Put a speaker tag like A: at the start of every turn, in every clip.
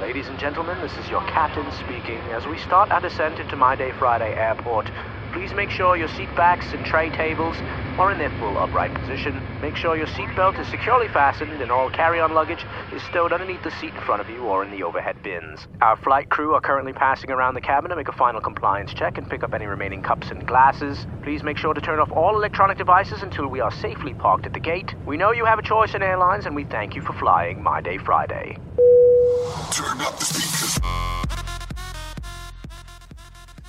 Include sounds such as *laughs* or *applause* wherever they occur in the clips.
A: ladies and gentlemen. This is your captain speaking. As we start our descent into My Day Friday Airport, please make sure your seat backs and tray tables are in their full upright position. Make sure your seatbelt is securely fastened and all carry-on luggage is stowed underneath the seat in front of you or in the overhead bins. Our flight crew are currently passing around the cabin to make a final compliance check and pick up any remaining cups and glasses. Please make sure to turn off all electronic devices until we are safely parked at the gate. We know you have a choice in airlines and we thank you for flying My Day Friday.
B: Turn up the speakers.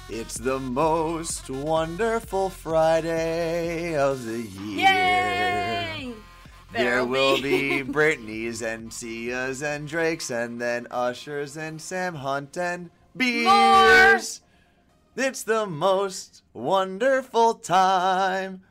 C: It's the most wonderful Friday of the year.
D: Yay!
C: There
D: There'll
C: will be Britney's and Sia's and Drake's and then Usher's and Sam Hunt and beers. It's the most wonderful time.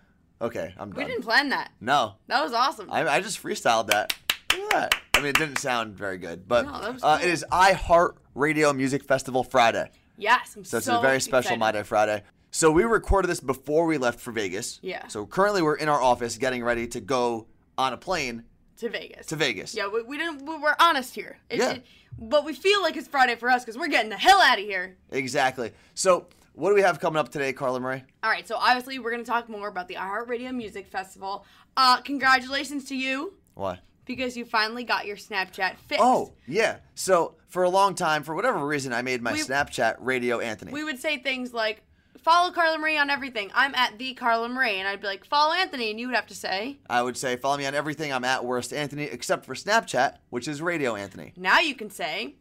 C: Okay, I'm
D: *laughs* We
C: done.
D: didn't plan that.
C: no,
D: That was awesome.
C: I, I just freestyled that. Look at that. I mean, it didn't sound very good, but
D: No, that was
C: uh,
D: cool.
C: it is iHeart Radio Music Festival Friday.
D: yes, I'm
C: So it's a very special
D: excited.
C: My Day Friday. So we recorded this before we left for Vegas.
D: Yeah.
C: So currently we're in our office getting ready to go on a plane
D: to Vegas.
C: to Vegas.
D: Yeah, we, we didn't. We were honest here. It,
C: Yeah.
D: it- but we feel like it's Friday for us because we're getting the hell out of here.
C: Exactly. So what do we have coming up today, Carla Marie?
D: All right, so obviously we're gonna talk more about the iHeartRadio Music Festival. Uh, congratulations to you
C: Why?
D: because you finally got your Snapchat fixed.
C: Oh, yeah. So for a long time, for whatever reason, I made my
D: We-
C: Snapchat Radio Anthony.
D: we would say things like follow Carla Marie on everything. I'm at the Carla Marie, and I'd be like follow Anthony, and you would have to say
C: I would say follow me on everything. I'm at worst Anthony, except for Snapchat, which is Radio Anthony.
D: now you can say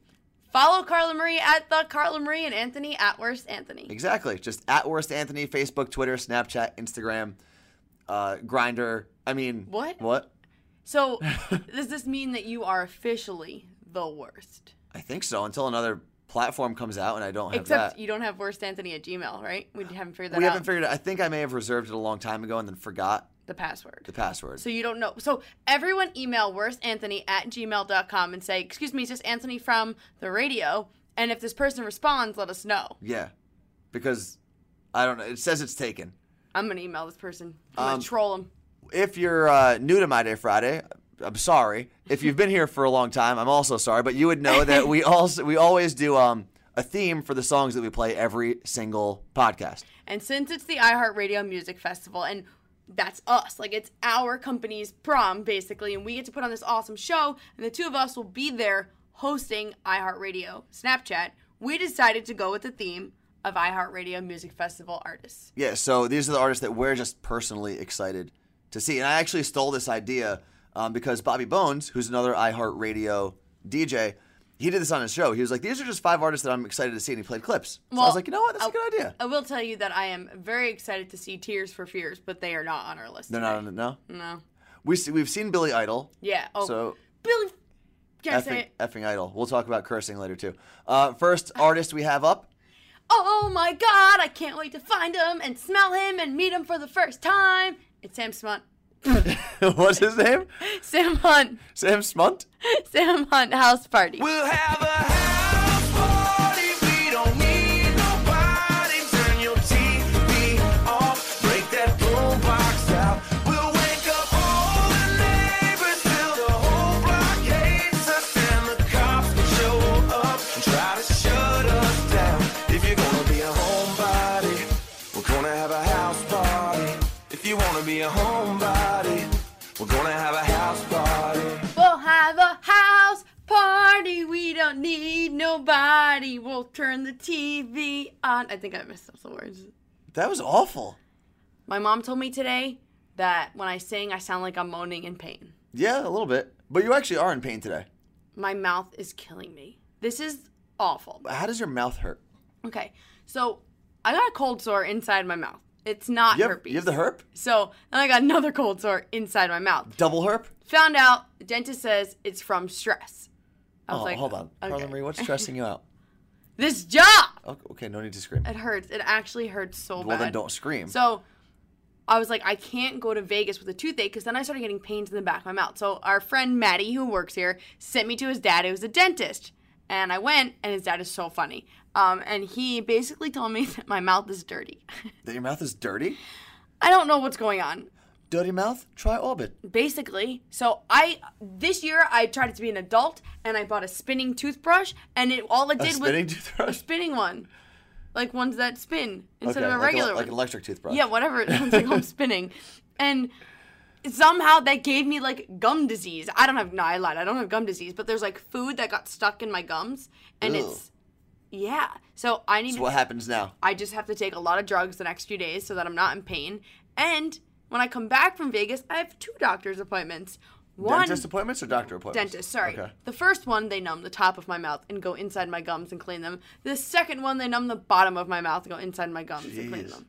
D: follow Carla Marie at the Carla Marie and Anthony at worst Anthony.
C: Exactly. Just at worst Anthony, Facebook, Twitter, Snapchat, Instagram, uh, Grinder. I mean,
D: What?
C: What? *laughs*
D: So, does this mean that you are officially the worst?
C: I think so. Until another platform comes out, and I don't have
D: Except
C: that.
D: you don't have worst Anthony at Gmail, right? We haven't figured that
C: we
D: out.
C: haven't figured. it I think I may have reserved it a long time ago and then forgot
D: the password.
C: the password.
D: so you don't know. So everyone email worstanthony at gmail.com and say, excuse me, is this Anthony from the radio? And if this person responds, let us know.
C: yeah, because I don't know. It says it's taken.
D: I'm going to email this person. I'm going
C: Um,
D: to troll him.
C: If you're uh, new to My Day Friday, I'm sorry. If you've been here for a long time, I'm also sorry. But you would know that
D: *laughs*
C: we also we always do um, a theme for the songs that we play every single podcast.
D: And since it's the iHeartRadio Music Festival, and that's us, like it's our company's prom basically, and we get to put on this awesome show, and the two of us will be there hosting iHeartRadio Snapchat, we decided to go with the theme of iHeartRadio Music Festival artists.
C: Yeah, so these are the artists that we're just personally excited to see. And I actually stole this idea um, because Bobby Bones, who's another iHeartRadio DJ, he did this on his show. He was like, These are just five artists that I'm excited to see. And he played clips. So I was like, You know what? That's a
D: I-
C: good idea.
D: I will tell you that I am very excited to see Tears for Fears, but they are not on our list.
C: They're
D: today.
C: not on it, no?
D: No.
C: We see, we've seen Billy Idol.
D: Yeah. Oh.
C: So
D: Billy. Can I say
C: effing,
D: it?
C: effing Idol. We'll talk about cursing later, too. Uh, first artist we have up *laughs*
D: Oh my god, I can't wait to find him and smell him and meet him for the first time. It's Sam Smunt.
C: what's his name?
D: *laughs* Sam Hunt.
C: Sam Smunt?
D: Sam Hunt house party.
B: We'll have a house party. We don't need nobody. Turn your TV off. Break that boombox out. We'll wake up all the neighbors till the whole block hates us and the cops will show up and try to shut us down. If you're gonna be a homebody, we're gonna have a house party. If you wanna be a homebody, we're gonna have a house party.
D: We'll have a house party. We don't need nobody. We'll turn the TV on. I think I messed up the words.
C: That was awful.
D: My mom told me today that when I sing, I sound like I'm moaning in pain.
C: Yeah, a little bit. But you actually are in pain today.
D: My mouth is killing me. This is awful.
C: How does your mouth hurt?
D: Okay, so I got a cold sore inside my mouth. It's not
C: You have,
D: herpes.
C: you have the herp?
D: So then I got another cold sore inside my mouth.
C: Double herp?
D: Found out, the dentist says it's from stress. I was
C: Oh,
D: like,
C: hold on. Carla
D: okay.
C: Marie, what's stressing you out?
D: This job!
C: Oh, Okay, no need to scream.
D: It hurts. It actually hurts so bad.
C: Well, then don't scream.
D: So I was like, I can't go to Vegas with a toothache because then I started getting pains in the back of my mouth. So our friend Maddie, who works here, sent me to his dad, who's a dentist. And I went, and his dad is so funny. Um, and he *laughs* basically told me that my mouth is dirty.
C: That your mouth is dirty?
D: I don't know what's going on.
C: Dirty mouth, try Orbit.
D: basically. So I this year I tried to be an adult and I bought a spinning toothbrush and it all it did
C: spinning
D: was a
C: toothbrush?
D: spinning one, like ones that spin instead of a
C: like
D: regular
C: like,
D: one.
C: an electric toothbrush.
D: Yeah, whatever. It sounds like
C: *laughs*
D: I'm spinning. And somehow that gave me like gum disease. I don't have no, I lied. I don't have gum disease, but there's like food that got stuck in my gums, and
C: Ew.
D: it's yeah. So I need.
C: So what happens now?
D: I just have to take a lot of drugs the next few days so that I'm not in pain. And when I come back from Vegas, I have two doctor's appointments. One
C: Dentist appointments or doctor appointments?
D: dentist, sorry.
C: Okay.
D: The first one, they numb the top of my mouth and go inside my gums and clean them. The second one, they numb the bottom of my mouth and go inside my gums and clean
C: Jeez.
D: them.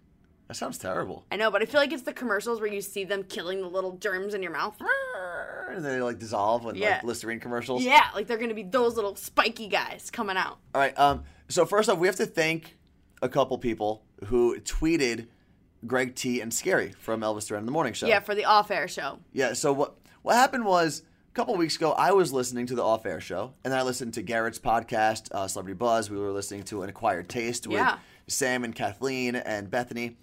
C: That sounds terrible.
D: I know, but I feel like it's the commercials where you see them killing the little germs in your mouth.
C: "Ah," And they like dissolve when
D: Yeah.
C: like Listerine commercials.
D: Yeah, like they're gonna be those little spiky guys coming out.
C: All right. Um. So first off, we have to thank a couple people who tweeted Greg T and Scary from Elvis Duran in the Morning Show.
D: Yeah, for the off-air show.
C: Yeah. So what what happened was a couple weeks ago, I was listening to the off air show, and I listened to Garrett's podcast, uh, Celebrity Buzz. We were listening to an Acquired Taste with
D: Yeah.
C: Sam and Kathleen and Bethany.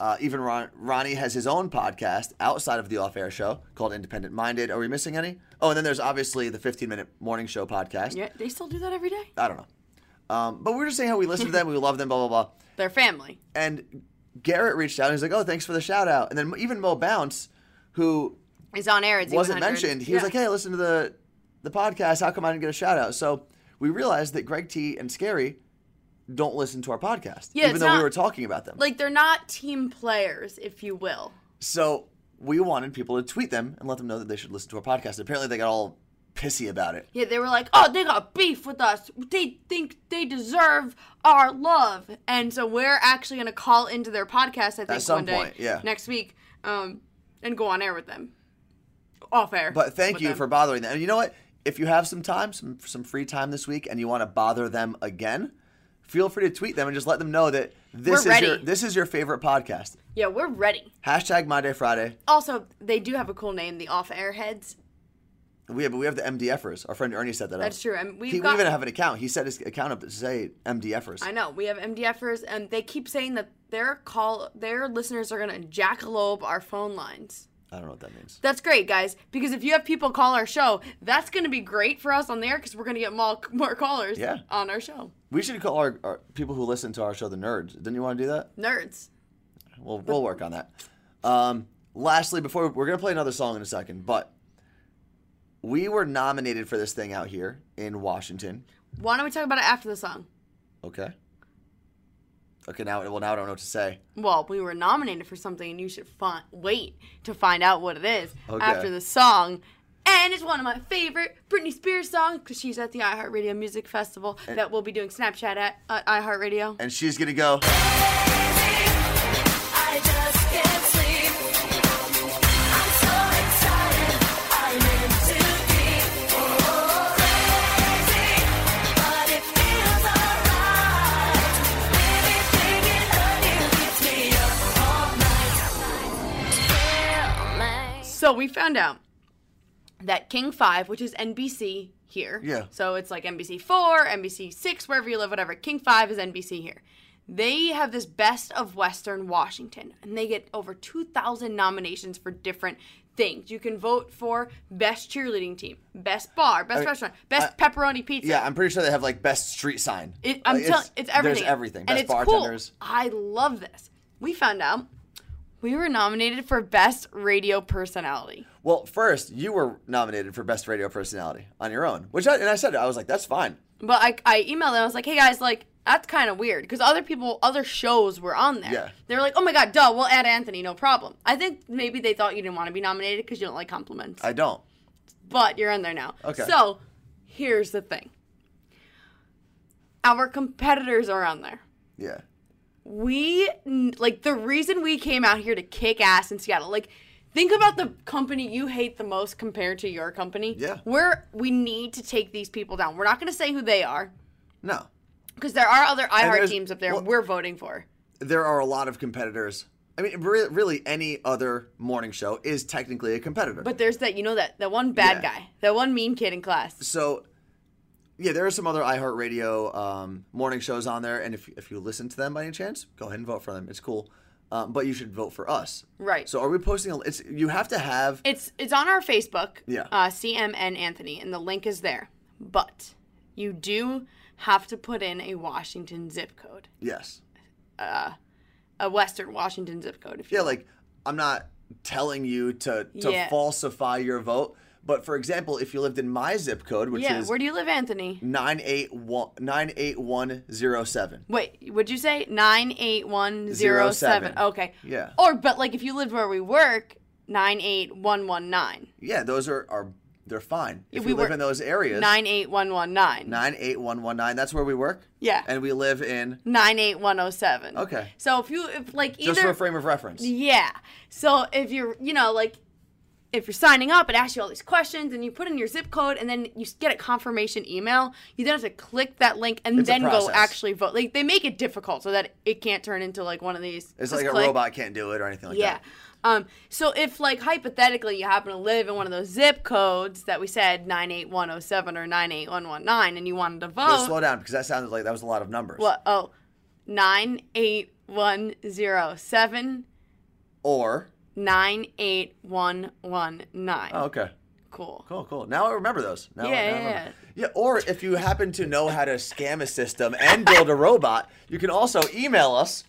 C: Uh, even Ron, Ronnie has his own podcast outside of the off air show called Independent Minded. Are we missing any? Oh, and then there's obviously the 15 minute morning show podcast.
D: Yeah, they still do that every day.
C: I don't know. Um, but we were just saying how we listen to them, we love them, blah, blah, blah.
D: They're family.
C: And Garrett reached out and he's like, oh, thanks for the shout out. And then even Mo Bounce, who
D: It's on air. It's
C: wasn't
D: 100.
C: mentioned. He
D: Yeah.
C: was like, "Hey, listen to the the podcast. How come I didn't get a shout out?" So we realized that Greg T and Scary don't listen to our podcast,
D: Yeah,
C: even
D: it's
C: though we
D: not-
C: were talking about them.
D: like they're not team players, if you will.
C: so we wanted people to tweet them and let them know that they should listen to our podcast. Apparently, they got all pissy about it.
D: Yeah, they were like, oh, they got beef with us. They think they deserve our love. And so we're actually going to call into their podcast, I think,
C: some
D: one day
C: point, yeah.
D: next week um, and go on air with them. Off air.
C: But thank
D: with
C: you
D: them.
C: for bothering them. And you know what? If you have some time, some some free time this week, and you want to bother them again, feel free to tweet them and just let them know that
D: We're
C: this is
D: ready.
C: your this is your favorite podcast.
D: Yeah, we're ready.
C: Hashtag My Day Friday.
D: Also, they do have a cool name, the Off Air Heads.
C: We have, but we have the MDFers. Our friend Ernie set that up.
D: That's true, and we've
C: he,
D: got-
C: we even have an account. He set his account up to say MDFers.
D: I know we have MDFers, and they keep saying that their call, their listeners are gonna jackalope our phone lines.
C: I don't know what that means.
D: That's great, guys, because if you have people call our show, that's gonna be great for us on the air because we're gonna get more, more callers
C: Yeah.
D: on our show.
C: We should call our, our people who listen to our show the nerds. Didn't you want to do that?
D: Nerds.
C: We'll we'll work on that. Um, lastly, before we're gonna play another song in a second, but we were nominated for this thing out here in Washington.
D: Why don't we talk about it after the song?
C: Okay. Okay. Now, well, now I don't know what to say.
D: Well, we were nominated for something, and you should fi- wait to find out what it is
C: Okay.
D: after the song. And it's one of my favorite Britney Spears songs because she's at the iHeartRadio Music Festival that we'll be doing Snapchat at, at iHeartRadio.
C: And she's gonna go.
E: I just can't sleep. I'm so excited. I meant to be Oh, crazy, but it feels alright. Maybe thinking of you keeps me up all night.
D: So we found out that King 5, which is NBC here.
C: Yeah.
D: So it's like NBC 4, NBC 6, wherever you live, whatever. King 5 is NBC here. They have this best of Western Washington, and they get over 2,000 nominations for different things. You can vote for best cheerleading team, best bar, best
C: mean,
D: restaurant, best pepperoni pizza.
C: Yeah, I'm pretty sure they have like best street sign.
D: It, I'm
C: Like,
D: telling, it's everything.
C: There's everything.
D: And
C: Best
D: it's
C: bartenders.
D: Cool. I love this. We found out we were nominated for best radio personality.
C: Well, first, you were nominated for Best Radio Personality on your own, which I, and I said, I was like, that's fine.
D: But I, I emailed them. I was like, hey guys, like that's kind of weird because other people, other shows were on there.
C: Yeah.
D: They were like, oh my god, duh, we'll add Anthony, no problem. I think maybe they thought you didn't want to be nominated because you don't like compliments.
C: I don't.
D: but you're in there now.
C: Okay.
D: So here's the thing. Our competitors are on there.
C: Yeah.
D: we n- like the reason we came out here to kick ass in Seattle. Like, think about the company you hate the most compared to your company.
C: Yeah.
D: we're we need to take these people down. We're not going to say who they are
C: No.
D: because there are other iHeart
C: there's-
D: teams up there
C: well-
D: we're voting for.
C: There are a lot of competitors. I mean, re- really, any other morning show is technically a competitor.
D: But there's that you know that that one bad
C: Yeah.
D: guy, that one mean kid in class.
C: so, yeah, there are some other iHeartRadio um, morning shows on there, and if, if you listen to them by any chance, go ahead and vote for them. It's cool. um, but you should vote for us.
D: Right.
C: So are we posting? A, it's you have to have.
D: It's it's on our Facebook.
C: Yeah.
D: Uh, CMN Anthony, and the link is there. But you do have to put in a Washington zip code,
C: yes.
D: a Western Washington zip code. If you
C: Yeah, like I'm not telling you to to
D: Yeah.
C: falsify your vote, but for example, if you lived in my zip code, which
D: yeah.
C: is
D: Where do you live, Anthony?
C: 981 98107.
D: Wait, would you say nine eight one
C: Zero
D: zero seven?
C: seven.
D: Okay.
C: Yeah.
D: Or but like if you lived where we work, nine eight one one nine.
C: Yeah, those are are they're fine. If
D: we
C: you live
D: were-
C: in those areas,
D: Nine eight one one nine.
C: 98119, that's where we work?
D: Yeah.
C: And we live in
D: Nine eight one oh seven.
C: Okay.
D: So if you if like either
C: just for a frame of reference.
D: Yeah. So if you're, you know, like if you're signing up, it asks you all these questions and you put in your zip code and then you s- get a confirmation email. You then have to click that link and
C: It's a
D: then go
C: process.
D: actually vote. Like they make it difficult so that it can't turn into like one of these.
C: It's
D: just
C: like
D: click.
C: a robot can't do it or anything like
D: Yeah.
C: that.
D: Um, so if like hypothetically you happen to live in one of those zip codes that we said 98107 or 98119 and you wanted to vote.
C: Just slow down because that sounded like that was a lot of numbers.
D: Oh. What? Oh, 98107
C: Or
D: 98119.
C: oh, okay.
D: cool.
C: Cool, cool. Now I remember those. Now, I-
D: Yeah,
C: now I
D: yeah,
C: remember. yeah. Or if you happen to know how to scam a system and build a robot, you can also email us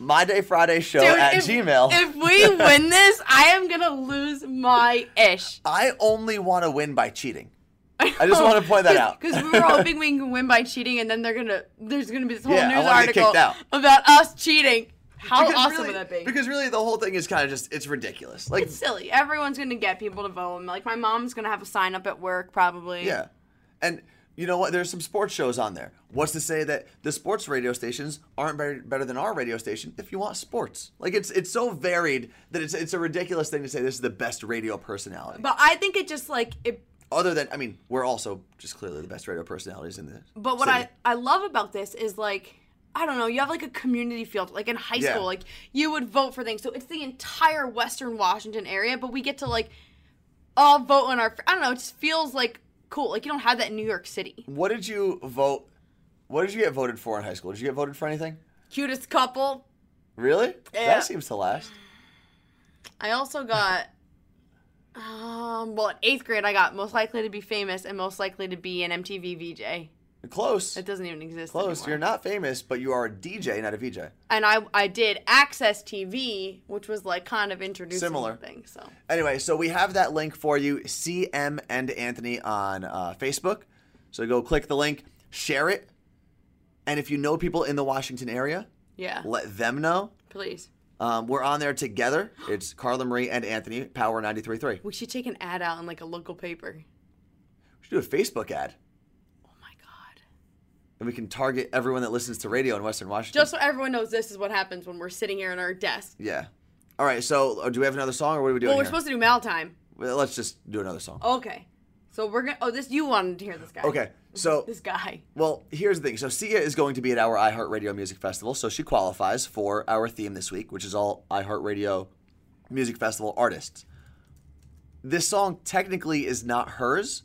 C: mydayshow
D: Dude,
C: at
D: if,
C: gmail.
D: If we
C: *laughs*
D: win this, I am going to lose my ish.
C: I only want to win by
D: *laughs*
C: cheating. I just want to point that out.
D: Because we were
C: *laughs*
D: hoping we can win by cheating, and then they're gonna there's gonna be this whole
C: Yeah, I
D: news
C: wanna get
D: article
C: kicked out.
D: about us cheating. How
C: Because
D: awesome
C: really-
D: would that be?
C: Because really, the whole thing is kind of just, it's ridiculous. Like,
D: it's silly. Everyone's gonna get people to vote. Like my mom's gonna have a sign up at work probably.
C: yeah. And you know what? There's some sports shows on there. What's to say that the sports radio stations aren't better, better than our radio station if you want sports? Like, it's it's so varied that it's, it's a ridiculous thing to say this is the best radio personality.
D: But I think it just like it
C: other than I mean, we're also just clearly the best radio personalities in the.
D: But what
C: city.
D: I, I love about this is like I don't know, you have like a community field, like in high
C: Yeah.
D: school, like you would vote for things. So it's the entire Western Washington area, but we get to like all vote on our. I don't know, it just feels like cool. Like you don't have that in New York City.
C: what did you vote? What did you get voted for in high school? Did you get voted for anything?
D: Cutest couple.
C: Really?
D: Yeah.
C: That seems to last.
D: I also got. Um, well, in eighth grade, I got most likely to be famous and most likely to be an MTV VJ.
C: Close.
D: It doesn't even exist.
C: Close.
D: anymore.
C: You're not famous, but you are a DJ, not a VJ.
D: And I, I did Access TV, which was like kind of introducing
C: Similar.
D: thing. So
C: Anyway, so we have that link for you, CM and Anthony on uh, Facebook. So go click the link, share it, and if you know people in the Washington area,
D: yeah,
C: let them know.
D: please.
C: Um, we're on there together. It's Carla Marie and Anthony, Power 93.3. We
D: We should take an ad out in like a local paper.
C: should do a Facebook ad.
D: Oh my god.
C: and we can target everyone that listens to radio in Western Washington.
D: Just so everyone knows this is what happens when we're sitting here in our desk.
C: yeah. All right. So, uh, do we have another song, or what are we doing?
D: Well, we're
C: here?
D: supposed to do mail time.
C: Well, Let's just do another song.
D: Okay. So we're gonna Oh, this you wanted to hear this guy.
C: Okay. So,
D: This guy.
C: well, here's the thing. So, Sia is going to be at our iHeartRadio Music Festival, so she qualifies for our theme this week, which is all iHeartRadio Music Festival artists. This song technically is not hers.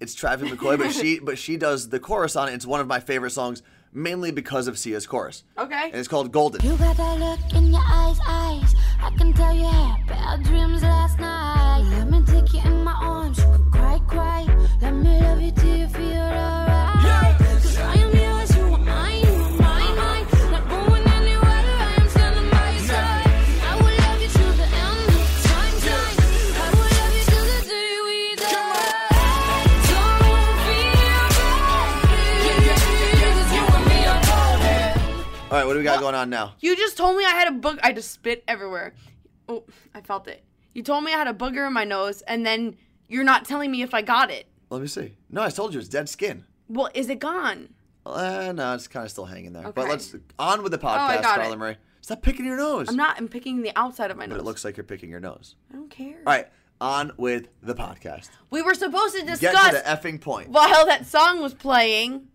C: It's Travis McCoy, but
D: *laughs*
C: she but she does the chorus on it. It's one of my favorite songs, mainly because of Sia's chorus.
D: Okay.
C: And it's called Golden.
E: You got that look in your eyes, eyes. I can tell you had bad dreams last night. Let me take you in my arms, you could cry, cry. Let me love you till you feel alright. Cause I am yours, you are mine, you are mine, mine. Not going anywhere, I am standing by your side. I will love you till the end of time, time. I will love you till the day we die. Don't feel bad. Cause you and me are golden.
C: All right, what do we got going on now?
D: You just told me I had a bug I just spit everywhere. Oh, I felt it. You told me I had a booger in my nose and then you're not telling me if I got it.
C: Let me see. No, I told you it's dead skin.
D: Well, is it gone?
C: Uh, no, it's kind of still hanging there. But
D: Okay. Oh,
C: let's on with the
D: I
C: podcast,
D: got
C: Carla
D: it.
C: Marie. Stop picking your nose.
D: I'm not I'm picking the outside of my
C: But
D: nose.
C: it looks like you're picking your nose.
D: I don't care.
C: All right, on with the podcast.
D: We were supposed to
C: Get
D: discuss
C: to the effing point.
D: while that song was playing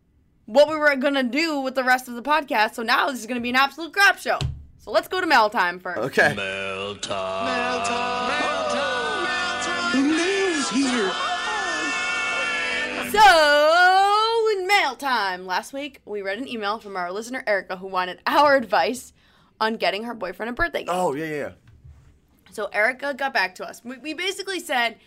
D: what we were gonna do with the rest of the podcast. So now this is gonna be an absolute crap show. So let's go to mail time first.
C: Okay.
D: So in mail time, last week we read an email from our listener Erica who wanted our *laughs* advice on getting her boyfriend a birthday gift.
C: Oh yeah, yeah, yeah.
D: So Erica got back to us. We, we basically said,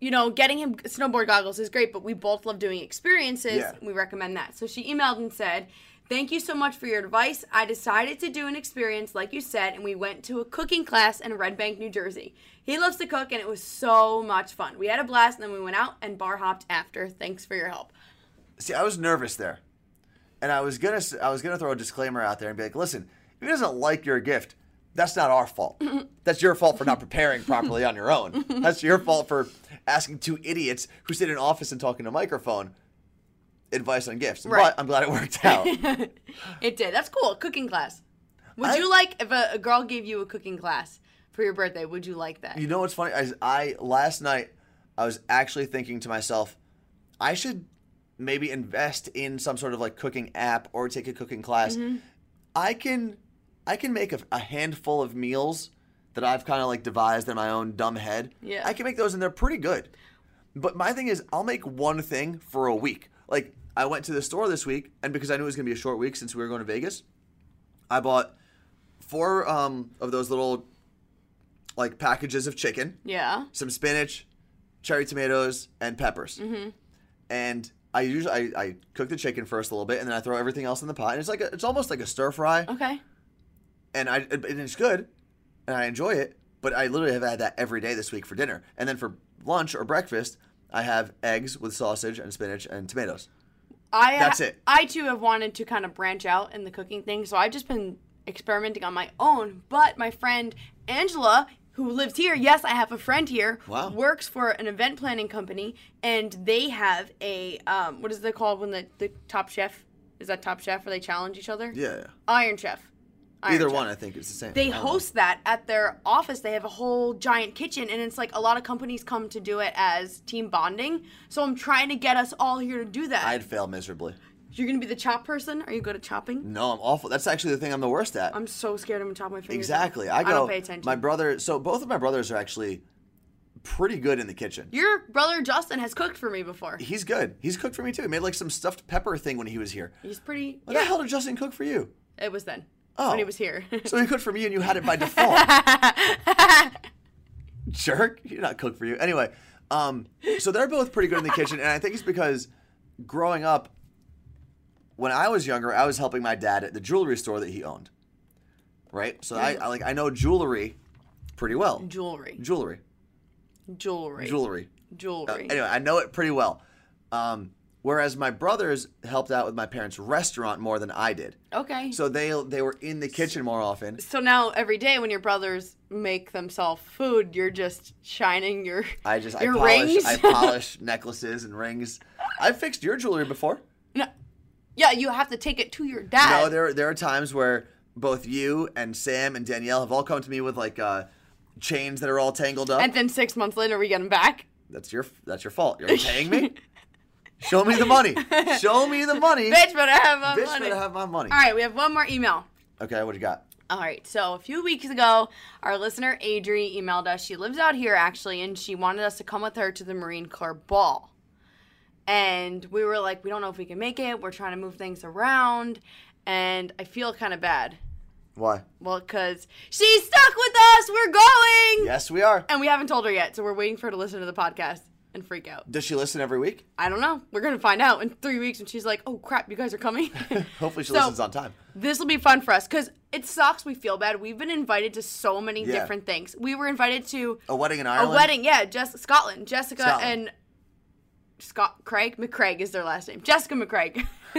D: you know, getting him snowboard goggles is great, but we both love doing experiences.
C: Yeah.
D: We recommend that. So she emailed and said, Thank you so much for your advice. I decided to do an experience, like you said, and we went to a cooking class in Red Bank, New Jersey. He loves to cook, and it was so much fun. We had a blast, and then we went out and bar hopped after. Thanks for your help.
C: See, I was nervous there, and I was gonna s- I was gonna throw a disclaimer out there and be like, listen, if he doesn't like your gift, that's not our fault. that's your fault for not preparing properly on your own. That's your fault for asking two idiots who sit in an office and talk in a microphone advice on gifts.
D: Right.
C: But I'm glad it worked
D: *laughs*
C: out.
D: It did. That's cool. Cooking class. Would
C: I-
D: you like if a, a girl gave you a cooking class for your birthday? Would you like that?
C: You know what's funny? I, I last night I was actually thinking to myself, I should maybe invest in some sort of like cooking app or take a cooking class. I can I can make a, a handful of meals that I've kind of like devised in my own dumb head.
D: Yeah.
C: I can make those and they're pretty good. But my thing is, I'll make one thing for a week. Like I went to the store this week, and because I knew it was going to be a short week since we were going to Vegas, I bought four um, of those little like packages of chicken,
D: yeah.
C: some spinach, cherry tomatoes, and peppers. Mm-hmm. And I usually I, I cook the chicken first a little bit, and then I throw everything else in the pot. And it's like a, it's almost like a stir fry,
D: Okay.
C: and I and it's good, and I enjoy it. But I literally have had that every day this week for dinner, and then for lunch or breakfast, I have eggs with sausage and spinach and tomatoes.
D: I uh,
C: That's it.
D: I too have wanted to kind of branch out in the cooking thing, so I've just been experimenting on my own. But my friend Angela, who lives here, yes, I have a friend here,
C: Wow.
D: works for an event planning company, and they have a um, what is it called when the the top chef is that top chef where they challenge each other?
C: Yeah,
D: Iron Chef. Iron
C: either
D: Chef.
C: one I think is the same.
D: They
C: I don't know.
D: host that at their office. They have a whole giant kitchen, and it's like a lot of companies come to do it as team bonding. So I'm trying to get us all here to do that.
C: I'd fail miserably.
D: You're gonna be the chop person? Are you good at chopping?
C: No, I'm awful. That's actually the thing I'm the worst at.
D: I'm so scared I'm gonna chop my fingers.
C: Exactly.
D: off.
C: I go.
D: don't pay attention.
C: My brother. So both of my brothers are actually pretty good in the kitchen.
D: Your brother Justin has cooked for me before.
C: He's good. He's cooked for me too. He made like some stuffed pepper thing when he was here.
D: He's pretty.
C: What the hell did Justin cook for you?
D: It was then.
C: Oh.
D: When he was here.
C: So he cooked for me and you had it by default. Jerk. He did not cook for you. Anyway, um, so they're both pretty good in the kitchen. And I think it's because growing up, when I was younger, I was helping my dad at the jewelry store that he owned. Right? So I, I like I know jewelry pretty well.
D: *laughs* jewelry.
C: jewelry.
D: Jewelry.
C: Jewelry. Uh,
D: Jewelry.
C: anyway, I know it pretty well. Um, whereas my brothers helped out with my parents' restaurant more than I did.
D: Okay. So,
C: So they they were in the kitchen more often.
D: now every day when your brothers make themselves food, you're just shining your
C: I just I
D: your
C: polish
D: rings. *laughs*
C: I polish necklaces and rings. I fixed your jewelry before.
D: No. Yeah, you have to take it to your dad.
C: No, there there are times where both you and Sam and Danielle have all come to me with like uh, chains that are all tangled up.
D: and then six months later, we get them back.
C: that's your that's your fault. You're paying
D: *laughs*
C: me. Show me the money. Show me the money.
D: Bitch, better have my
C: Bitch
D: money.
C: better have my money.
D: All right, we have one more email.
C: Okay, what you got?
D: All right, so a few weeks ago, our listener Adri emailed us. She lives out here actually, and she wanted us to come with her to the Marine Corps Ball. And we were like, we don't know if we can make it. We're trying to move things around, and I feel kind of bad.
C: Why?
D: Well, because she's stuck with us. We're going,
C: Yes, we are.
D: and we haven't told her yet, so we're waiting for her to listen to the podcast and freak out.
C: Does she listen every week?
D: I don't know. We're gonna find out in three weeks when she's like, oh crap, you guys are coming.
C: *laughs* Hopefully she
D: *laughs* So-
C: listens on time.
D: This will be fun for us because it sucks. We feel bad. We've been invited to so many
C: Yeah.
D: different things. We were invited to
C: A wedding in
D: a
C: Ireland.
D: wedding. Yeah, Jess Scotland, Jessica
C: Scotland.
D: and Scott Craig McCraig is their last name.
C: *laughs*
D: Jessica McCraig. *laughs*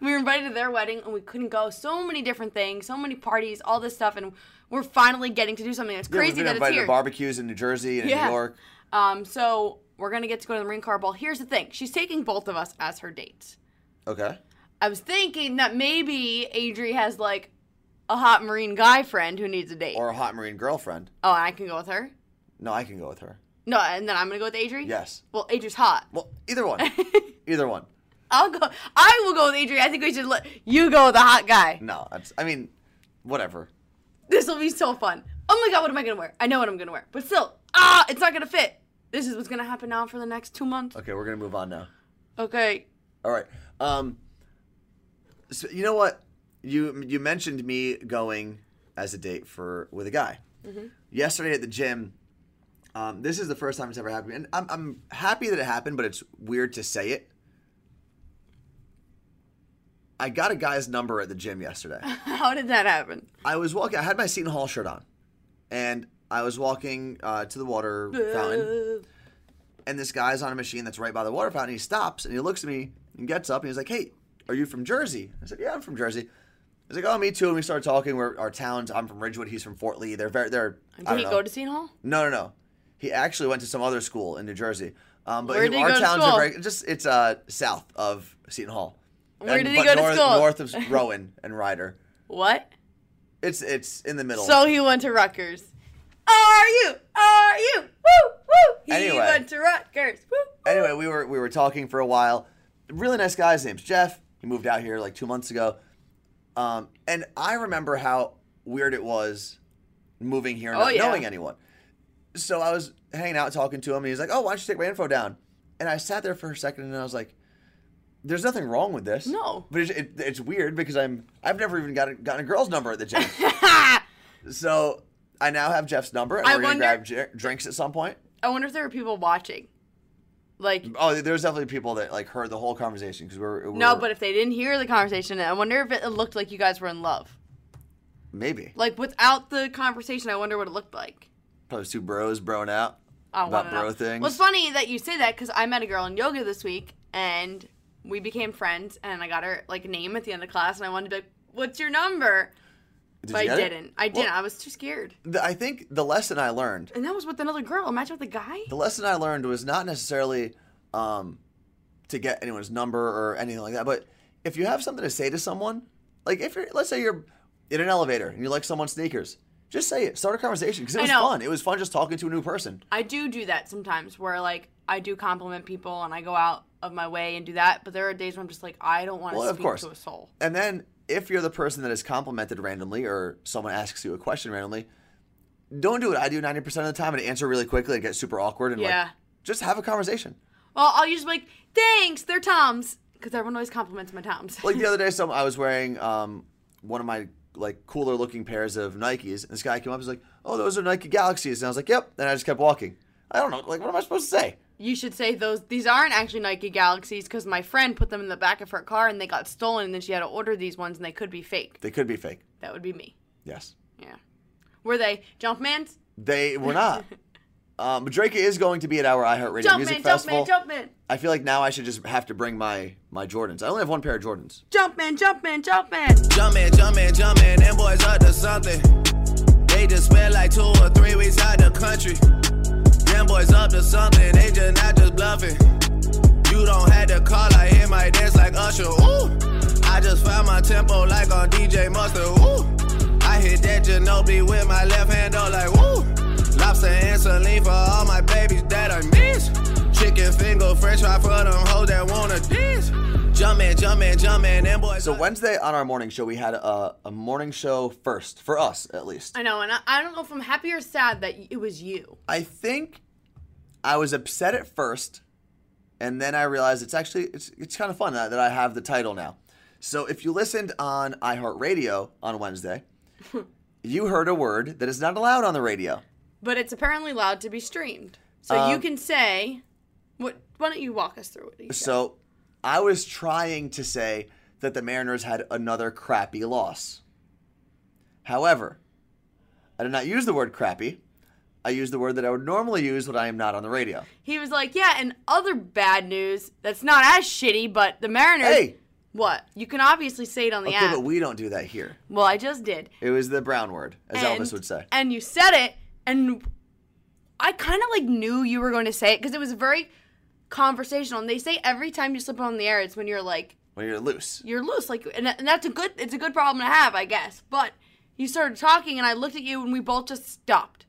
D: we were invited to their wedding and we couldn't go. So many different things, so many parties, all this stuff, and we're finally getting to do something. It's
C: Yeah,
D: crazy
C: we've been
D: that it's
C: invited
D: here.
C: to barbecues in New Jersea and in
D: Yeah.
C: New York.
D: um, so we're gonna get to go to the Marine Corps Ball. Here's the thing: she's taking both of us as her dates.
C: Okay.
D: I was thinking that maybe Adri has like a hot marine guy friend who needs a date.
C: Or a hot marine girlfriend.
D: oh, and I can go with her.
C: No, I can go with her.
D: No, and then I'm gonna go with Adri.
C: Yes.
D: Well, Adri's hot.
C: Well, either one. either one.
D: I'll go. I will go with Adri. I think we should let you go with the hot guy.
C: No, that's, I mean, whatever.
D: This will be so fun. Oh my god, what am I gonna wear? I know what I'm gonna wear, but still, ah, it's not gonna fit. This is what's gonna happen now for the next two months.
C: Okay, we're gonna move on now.
D: Okay. *laughs*
C: All right. Um, so you know what? You you mentioned me going as a date for with a guy. Yesterday at the gym, um, this is the first time it's ever happened, and I'm, I'm happy that it happened, but it's weird to say it. I got a guy's number at the gym yesterday.
D: How did that happen?
C: I was walking. I had my Seton Hall shirt on, and I was walking uh, to the water fountain. And this guy's on a machine that's right by the water fountain. He stops and he looks at me and gets up and he's like, "Hey, are you from Jersey?" I said, "Yeah, I'm from Jersey." He's like, "Oh, me too." And we started talking. We're our towns. I'm from Ridgewood. He's from Fort Lee. They're very. They're. I
D: Did
C: don't
D: he
C: know.
D: go to Seton Hall?
C: No, no, no. He actually went to some other school in New Jersey. Um, but
D: Where
C: he-
D: did he
C: our
D: go to
C: towns
D: school?
C: are very just it's uh, south of Seton Hall.
D: Where
C: And-
D: did he
C: but
D: go to
C: north,
D: school?
C: North
D: *laughs*
C: of Rowan and Ryder.
D: What?
C: It's it's in the middle.
D: So he went to Rutgers. Are you? Are you? Woo! Woo! He
C: Anyway.
D: went to Rutgers. Woo! *coughs*
C: anyway, we were we were talking for a while. Really nice guy. His name's Jeff. He moved out here like two months ago. Um, and I remember how weird it was moving here, not
D: Oh, yeah.
C: knowing anyone. So I was hanging out talking to him, and he's like, "Oh, why don't you take my info down?" And I sat there for a second, and I was like, "There's nothing wrong with this."
D: No.
C: but it's, it, it's weird because I'm I've never even gotten gotten a girl's number at the
D: *laughs*
C: gym.
D: Ha!
C: so I now have Jeff's number, and
D: I
C: we're
D: wonder-
C: gonna grab j- drinks at some point.
D: I wonder if there were people watching. Like,
C: Oh, there's definitely people that like heard the whole conversation because we're, we're
D: no, but if they didn't hear the conversation, I wonder if it looked like you guys were in love.
C: maybe
D: Like, without the conversation, I wonder what it looked like.
C: probably two bros broing out
D: I wanna
C: about bro
D: know.
C: things.
D: Well, it's funny that you say that because I met a girl in yoga this week and we became friends, and I got her like name at the end of class, and I wanted to be like, "What's your number?"
C: Did
D: but
C: you
D: I
C: get it?
D: didn't. I didn't. I was too scared.
C: Th- I think the lesson I learned,
D: And that was with another girl. Imagine with a guy.
C: the lesson I learned was not necessarily um, to get anyone's number or anything like that, but if you have something to say to someone, like if you're, let's say you're in an elevator and you like someone's sneakers, just say it. Start a conversation because it
D: I
C: was
D: know.
C: fun. It was fun just talking to a new person.
D: I do do that sometimes where like I do compliment people and I go out of my way and do that, but there are days where I'm just like I don't want to
C: Well, of
D: speak
C: course.
D: to a soul.
C: And then if you're the person that is complimented randomly or someone asks you a question randomly, don't do what I do 90% of the time and answer really quickly and get super awkward and like
D: Yeah.
C: just have a conversation.
D: Well, I'll just be like, "Thanks, they're Toms," because everyone always compliments my Toms.
C: Like the other day some I was wearing um, one of my like cooler looking pairs of Nikes and this guy came up and was like, "Oh, those are Nike Galaxies." And I was like, "Yep." And I just kept walking. I don't know, like what am I supposed to say?
D: you should say those. These aren't actually Nike Galaxies because my friend put them in the back of her car and they got stolen, and then she had to order these ones and they could be fake.
C: They could be fake.
D: That would be me.
C: Yes.
D: Yeah. Were they Jumpman's?
C: They were
D: *laughs*
C: not. um, but Drake is going to be at our iHeartRadio Music
D: Jumpman,
C: Festival.
D: Jumpman, Jumpman,
C: I feel like now I should just have to bring my my Jordans. I only have one pair of Jordans.
D: Jumpman, Jumpman, Jumpman.
B: Jumpin', jumpin', jumpin', them boys up to something. They just spent like two or three weeks out the country. Them boys up to something, they just not just bluffing. You don't have to call, I hear my dance like Usher. Ooh, I just found my tempo like on DJ Mustard. Ooh, I hit that Ginobili with my left hand, though, like ooh. Lobster and saline for all my babies that I miss. Chicken finger, French fry for them hoes that wanna dance. Jumpin', jumpin', jumpin', them boys.
C: So Wednesday on our morning show, we had a, a morning show first for us at least.
D: I know, and I, I don't know if I'm happy or sad that it was you.
C: I think I was upset at first, and then I realized it's actually it's it's kind of fun that, that I have the title now. So if you listened on iHeartRadio on Wednesday, you heard a word that is not allowed on the radio.
D: but it's apparently allowed to be streamed. So you
C: Um,
D: can say, what? Why don't you walk us through it? Isha?
C: So I was trying to say that the Mariners had another crappy loss. However, I did not use the word crappy. I used the word that I would normally use when I am not on the radio.
D: He was like, "Yeah." And other bad news that's not as shitty, but the Mariners.
C: Hey!
D: What? You can obviously say it on the
C: Okay,
D: app.
C: but we don't do that here.
D: well, I just did.
C: It was the brown word, as
D: and,
C: Elvis would say.
D: And you said it, and I kind of like knew you were going to say it because it was very conversational. And they say every time you slip on the air, it's when you're like
C: When you're loose.
D: you're loose like and, and that's a good it's a good problem to have i guess but you started talking and i looked at you and we both just stopped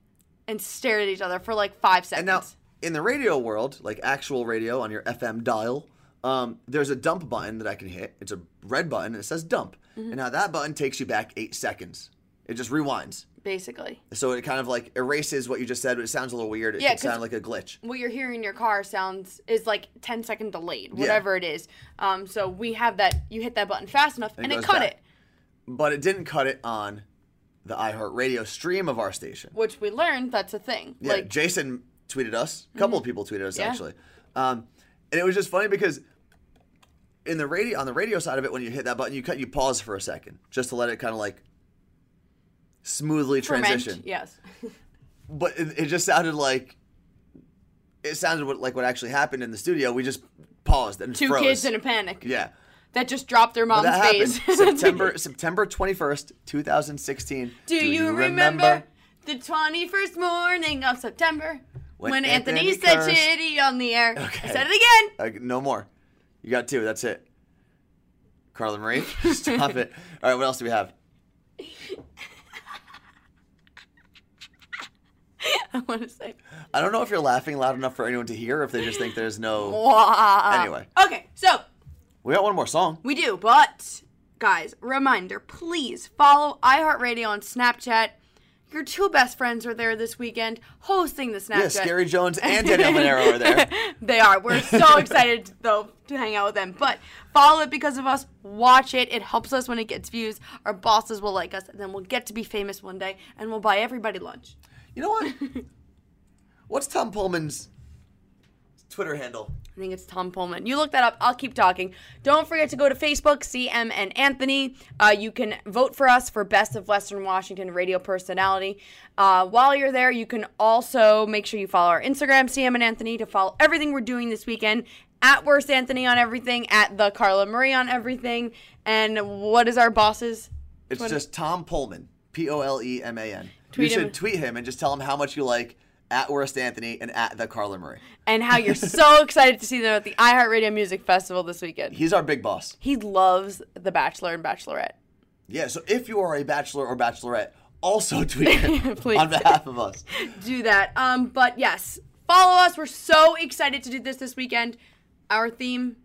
D: and stared at each other for like five seconds
C: And now, in the radio world, like actual radio on your FM dial, um, there's a dump button that I can hit. It's a red button and it says dump.
D: Mm-hmm.
C: And now that button takes you back eight seconds. It just rewinds.
D: basically
C: So it kind of like erases what you just said, but it sounds a little weird. It
D: Yeah,
C: could
D: 'cause-
C: sound like a glitch.
D: what you're hearing in your car sounds is like 10 second delayed whatever it is um so we have that you hit that button fast enough and, it
C: goes
D: cut
C: back.
D: it
C: But it didn't cut it on the iHeartRadio stream of our station.
D: which we learned that's a thing.
C: Yeah,
D: like Mm-hmm.
C: Jason tweeted us. A couple of people tweeted us
D: Yeah.
C: actually, um, and it was just funny because in the radio on the radio side of it, when you hit that button, you cut you pause for a second just to let it kind of like smoothly
D: ferment,
C: transition.
D: Yes.
C: But it, it just sounded like it sounded what, like what actually happened in the studio. We just paused and
D: Two
C: froze.
D: kids in a panic.
C: yeah.
D: That just dropped their mom's
C: That happened
D: face. *laughs*
C: September September twenty first, two thousand sixteen.
D: Do, you remember, the twenty first morning of September
C: When
D: when, Anthony,
C: Anthony
D: said
C: cursed?
D: shitty on the air?
C: Okay.
D: I said it again. *laughs*
C: Uh, no more. You got two. That's it. Carla Marie, *laughs* stop it. All right, what else do we have?
D: I want to say.
C: I don't know if you're laughing loud enough for anyone to hear, or if they just think there's
D: *laughs*
C: no.
D: Wah.
C: Anyway,
D: Okay, so
C: we got one more song.
D: We do, but guys, reminder, please follow iHeartRadio on Snapchat. Your two best friends are there this weekend hosting the Snapchat.
C: Yeah, Scary Jones and Danielle Monero are
D: *laughs*
C: there.
D: They are. We're *laughs* so excited though to hang out with them. But follow it because of us. Watch it. It helps us when it gets views. Our bosses will like us, and then we'll get to be famous one day, and we'll buy everybody lunch.
C: You know what? What's Tom Pullman's Twitter handle?
D: I think it's Tom Pullman. You look that up. I'll keep talking. Don't forget to go to Facebook, CM and Anthony. Uh, you can vote for us for Best of Western Washington Radio Personality. Uh, while you're there, you can also make sure you follow our Instagram, CM and Anthony, to follow everything we're doing this weekend. At Worst Anthony on everything, at the Carla Marie on everything. And what is our boss's?
C: It's just Tom Pullman. P O L E M A N. You
D: Tweet him.
C: should tweet him and just tell him how much you like at Worst Anthony and at the Carla Marie.
D: And how you're so excited to see them at the iHeartRadio Music Festival this weekend.
C: He's our big boss.
D: He loves The Bachelor and Bachelorette.
C: Yeah, so if you are a bachelor or bachelorette, also *laughs* tweet him
D: *laughs* Please.
C: on behalf of us.
D: do that. Um, but yes, follow us. We're so excited to do this this weekend. Our theme,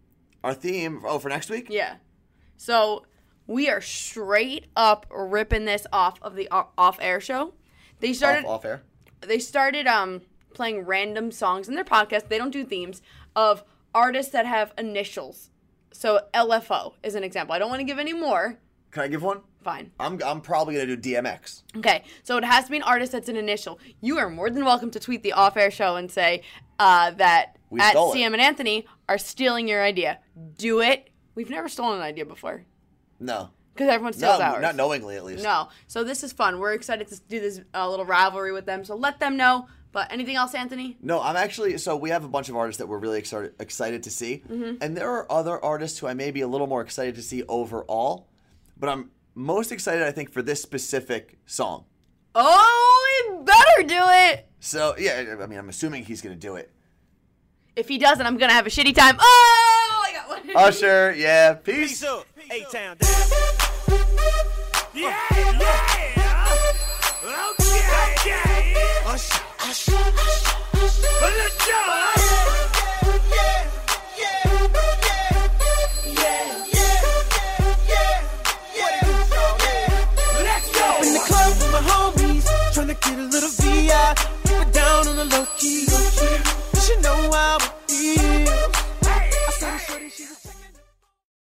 C: Our theme, oh, for next week?
D: yeah. So we are straight up ripping this off of the off air show. They started.
C: Off, off air.
D: They started um playing random songs in their podcast. They don't do themes of artists that have initials. So LFO is an example. I don't want to give any more.
C: Can I give one?
D: Fine.
C: I'm, I'm probably going to do DMX.
D: Okay, so it has to be an artist that's an initial. You are more than welcome to tweet the off-air show and say uh, that
C: We
D: at
C: stole it.
D: CM and Anthony are stealing your idea. Do it. We've never stolen an idea before
C: No.
D: because everyone steals
C: No,
D: ours.
C: not knowingly at least.
D: No. So this is fun. We're excited to do this uh, little rivalry with them. So let them know. But anything else, Anthony?
C: No, I'm actually, so we have a bunch of artists that we're really excited, excited to see. And there are other artists who I may be a little more excited to see overall, but I'm most excited, I think, for this specific song.
D: Oh, we better do it.
C: So, yeah, I mean, I'm assuming he's going to do it.
D: If he doesn't, I'm gonna have a shitty time. Oh, I got one.
C: Usher, yeah, peace.
B: Peace up. A town. Yeah, yeah. Okay, okay. Usher, usher, But let's go. Let's go.
F: in the club with my homies, tryna get a little VI. Keep it down on the low key.